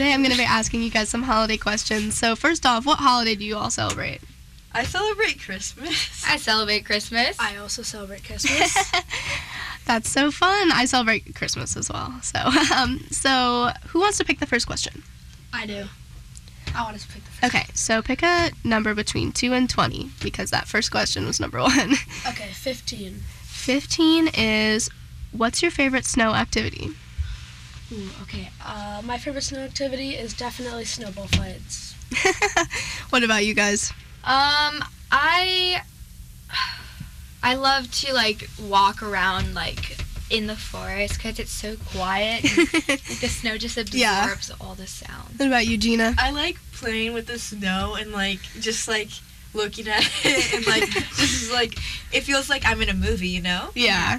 I'm going to be asking you guys some holiday questions. So, first off, what holiday do you all celebrate? I celebrate Christmas. I celebrate Christmas. I also celebrate Christmas. That's so fun. I celebrate Christmas as well. So, um, so who wants to pick the first question? I do. I want to pick the first. Okay, so pick a number between 2 and 20 because that first question was number 1. Okay, 15. 15 is what's your favorite snow activity? Ooh, okay. Uh, my favorite snow activity is definitely snowball fights. what about you guys? Um, I I love to like walk around like in the forest because it's so quiet. and, like, the snow just absorbs Yeah. all the sound. What about you, Gina? I like playing with the snow and like just like looking at it and like this is like it feels like I'm in a movie, you know? Yeah.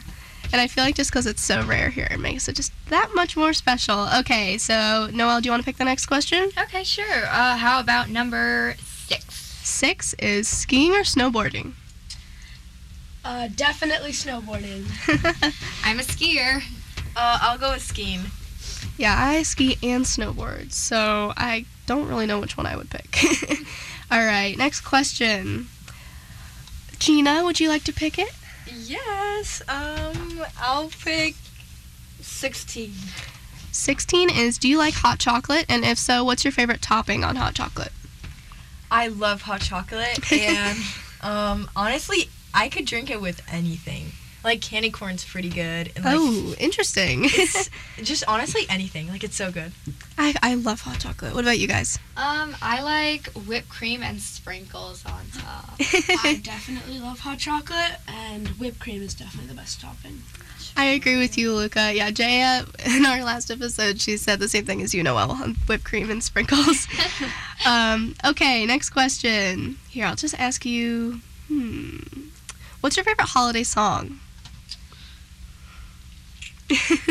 And I feel like just because it's so rare here, it makes it just that much more special. Okay, so Noel, do you want to pick the next question? Okay, sure. Uh, how about number six? Six is skiing or snowboarding. Uh, definitely snowboarding. I'm a skier. Uh, I'll go with skiing. yeah, I ski and snowboard, so I don't really know which one I would pick. All right, next question. Gina, would you like to pick it? Yes. Um, I'll pick sixteen. 16 is Do you like hot chocolate? And if so, what's your favorite topping on hot chocolate? I love hot chocolate and um honestly I could drink it with anything. Like candy corn's pretty good and like oh, interesting. it's just honestly anything. Like it's so good. I, I love hot chocolate. What about you guys? Um, I like whipped cream and sprinkles on top. I definitely love hot chocolate, and whipped cream is definitely the best topping. I agree with you, Luca. Yeah, Jaya, in our last episode, she said the same thing as you, Noel, on whipped cream and sprinkles. um, okay, next question. Here, I'll just ask you, hmm, what's your favorite holiday song?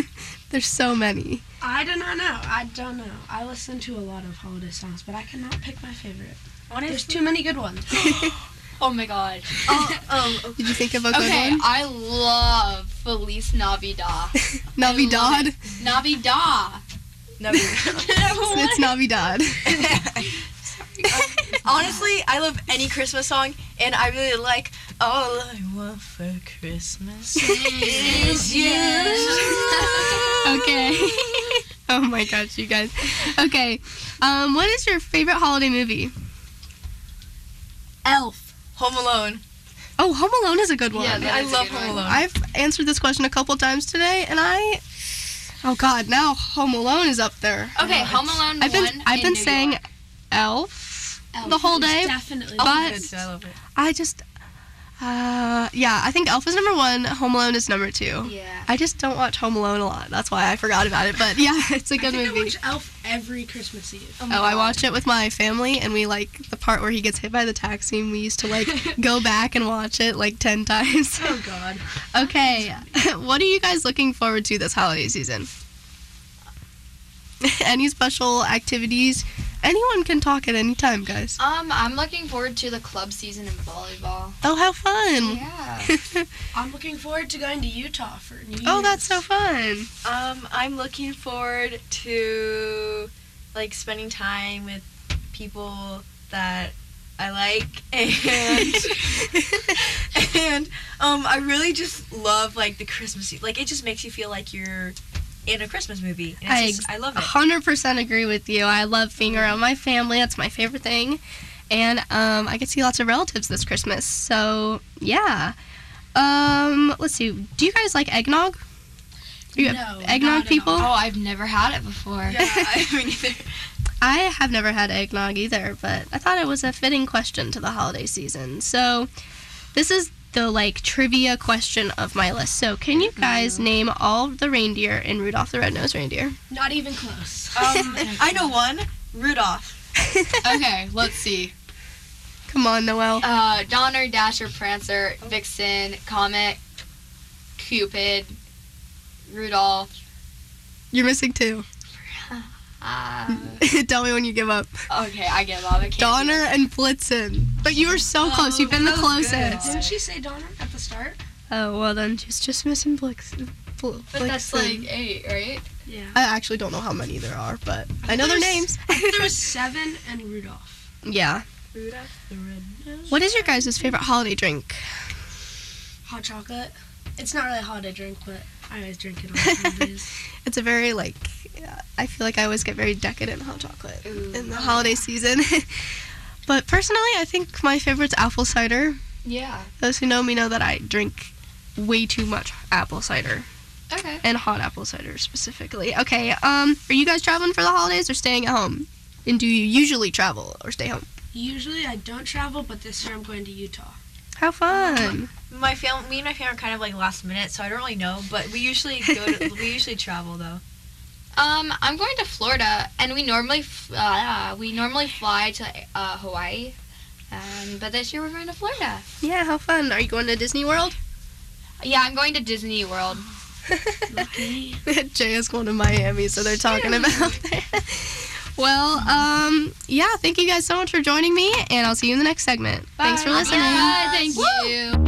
There's so many. I do not know. I don't know. I listen to a lot of holiday songs, but I cannot pick my favorite. There's too many good ones. oh my god. Oh, um, Did you think of a good Okay, one? I love Felice Navidad. I love Navidad. it. Navidad. no. It's Navidad. Um, Honestly, I love any Christmas song, and I really like All I Want for Christmas Is You. okay. oh my gosh, you guys. Okay. Um, what is your favorite holiday movie? Elf. Home Alone. Oh, Home Alone is a good one. Yeah, that I is a love good Home one. Alone. I've answered this question a couple times today, and I. Oh God, now Home Alone is up there. Okay, Home Alone I've been one. I've in been New saying York. Elf, Elf the whole is day, Definitely. but Oh, good, I love it. I just. Uh, yeah, I think Elf is number one. Home Alone is number two. Yeah. I just don't watch Home Alone a lot. That's why I forgot about it. But yeah, it's a I good think I movie. watch Elf every Christmas Eve. my Oh, I God. watched it with my family, and we like the part where he gets hit by the taxi. And we used to like go back and watch it like ten times. Oh God. Okay, what are you guys looking forward to this holiday season? any special activities? Anyone can talk at any time, guys. Um, I'm looking forward to the club season in volleyball. Oh, how fun! Yeah. I'm looking forward to going to Utah for New Year's. oh, that's so fun. Um, I'm looking forward to like spending time with people that I like and and um I really just love like the Christmas like it just makes you feel like you're in a Christmas movie. And it's I I, just, I love it. 100% agree with you. I love being around my family. That's my favorite thing. And um, I get to see lots of relatives this Christmas. So, yeah. Um, let's see. Do you guys like eggnog? Are you No, eggnog not at people? oh, I've never had it before. Yeah, I mean either. I have never had eggnog either, but I thought it was a fitting question to the holiday season. So, this is the like trivia question of my list. So, can you guys name all the reindeer in Rudolph the Red-Nosed Reindeer? Not even close. Um, I know one. Rudolph. okay, let's see. Uh, Come on, Noel. Uh, Donner, Dasher, Prancer, Vixen, Comet, Cupid, Rudolph. You're missing two. Uh, Tell me when you give up. okay, I give up. I can't do Donner and Blitzen. But you were Oh, so close. You've been the that was good. closest. Didn't she say Donner at the start? Oh well, then just just missing Blix. Bl- But that's like eight, right? Yeah. I actually don't know how many there are, but I know their There's- names. there was seven and Rudolph. yeah. Rudolph the Red-Nosed What is your guys' favorite holiday drink? Hot chocolate. It's not really a holiday drink, but I always drink it on holidays. It's a very like yeah, I feel like I always get very decadent hot chocolate Ooh. in the holiday season. but personally, I think my favorite's apple cider. Yeah. Those who know me know that I drink way too much apple cider Okay. and hot apple cider specifically. Okay, um are you guys traveling for the holidays or staying at home? And do you usually travel or stay home? Usually I don't travel, but this year I'm going to Utah. How fun. My fam, me and my family are kind of like last minute, so I don't really know. But we usually go. To, we usually travel though. Um, I'm going to Florida, and we normally f- uh, we normally fly to uh, Hawaii, um, but this year we're going to Florida. Yeah, how fun. Are you going to Disney World? Yeah, I'm going to Disney World. Lucky. Jay is going to Miami, so they're talking about that. Well, um, yeah, thank you guys so much for joining me, and I'll see you in the next segment. Thanks for listening. Yeah, thank you.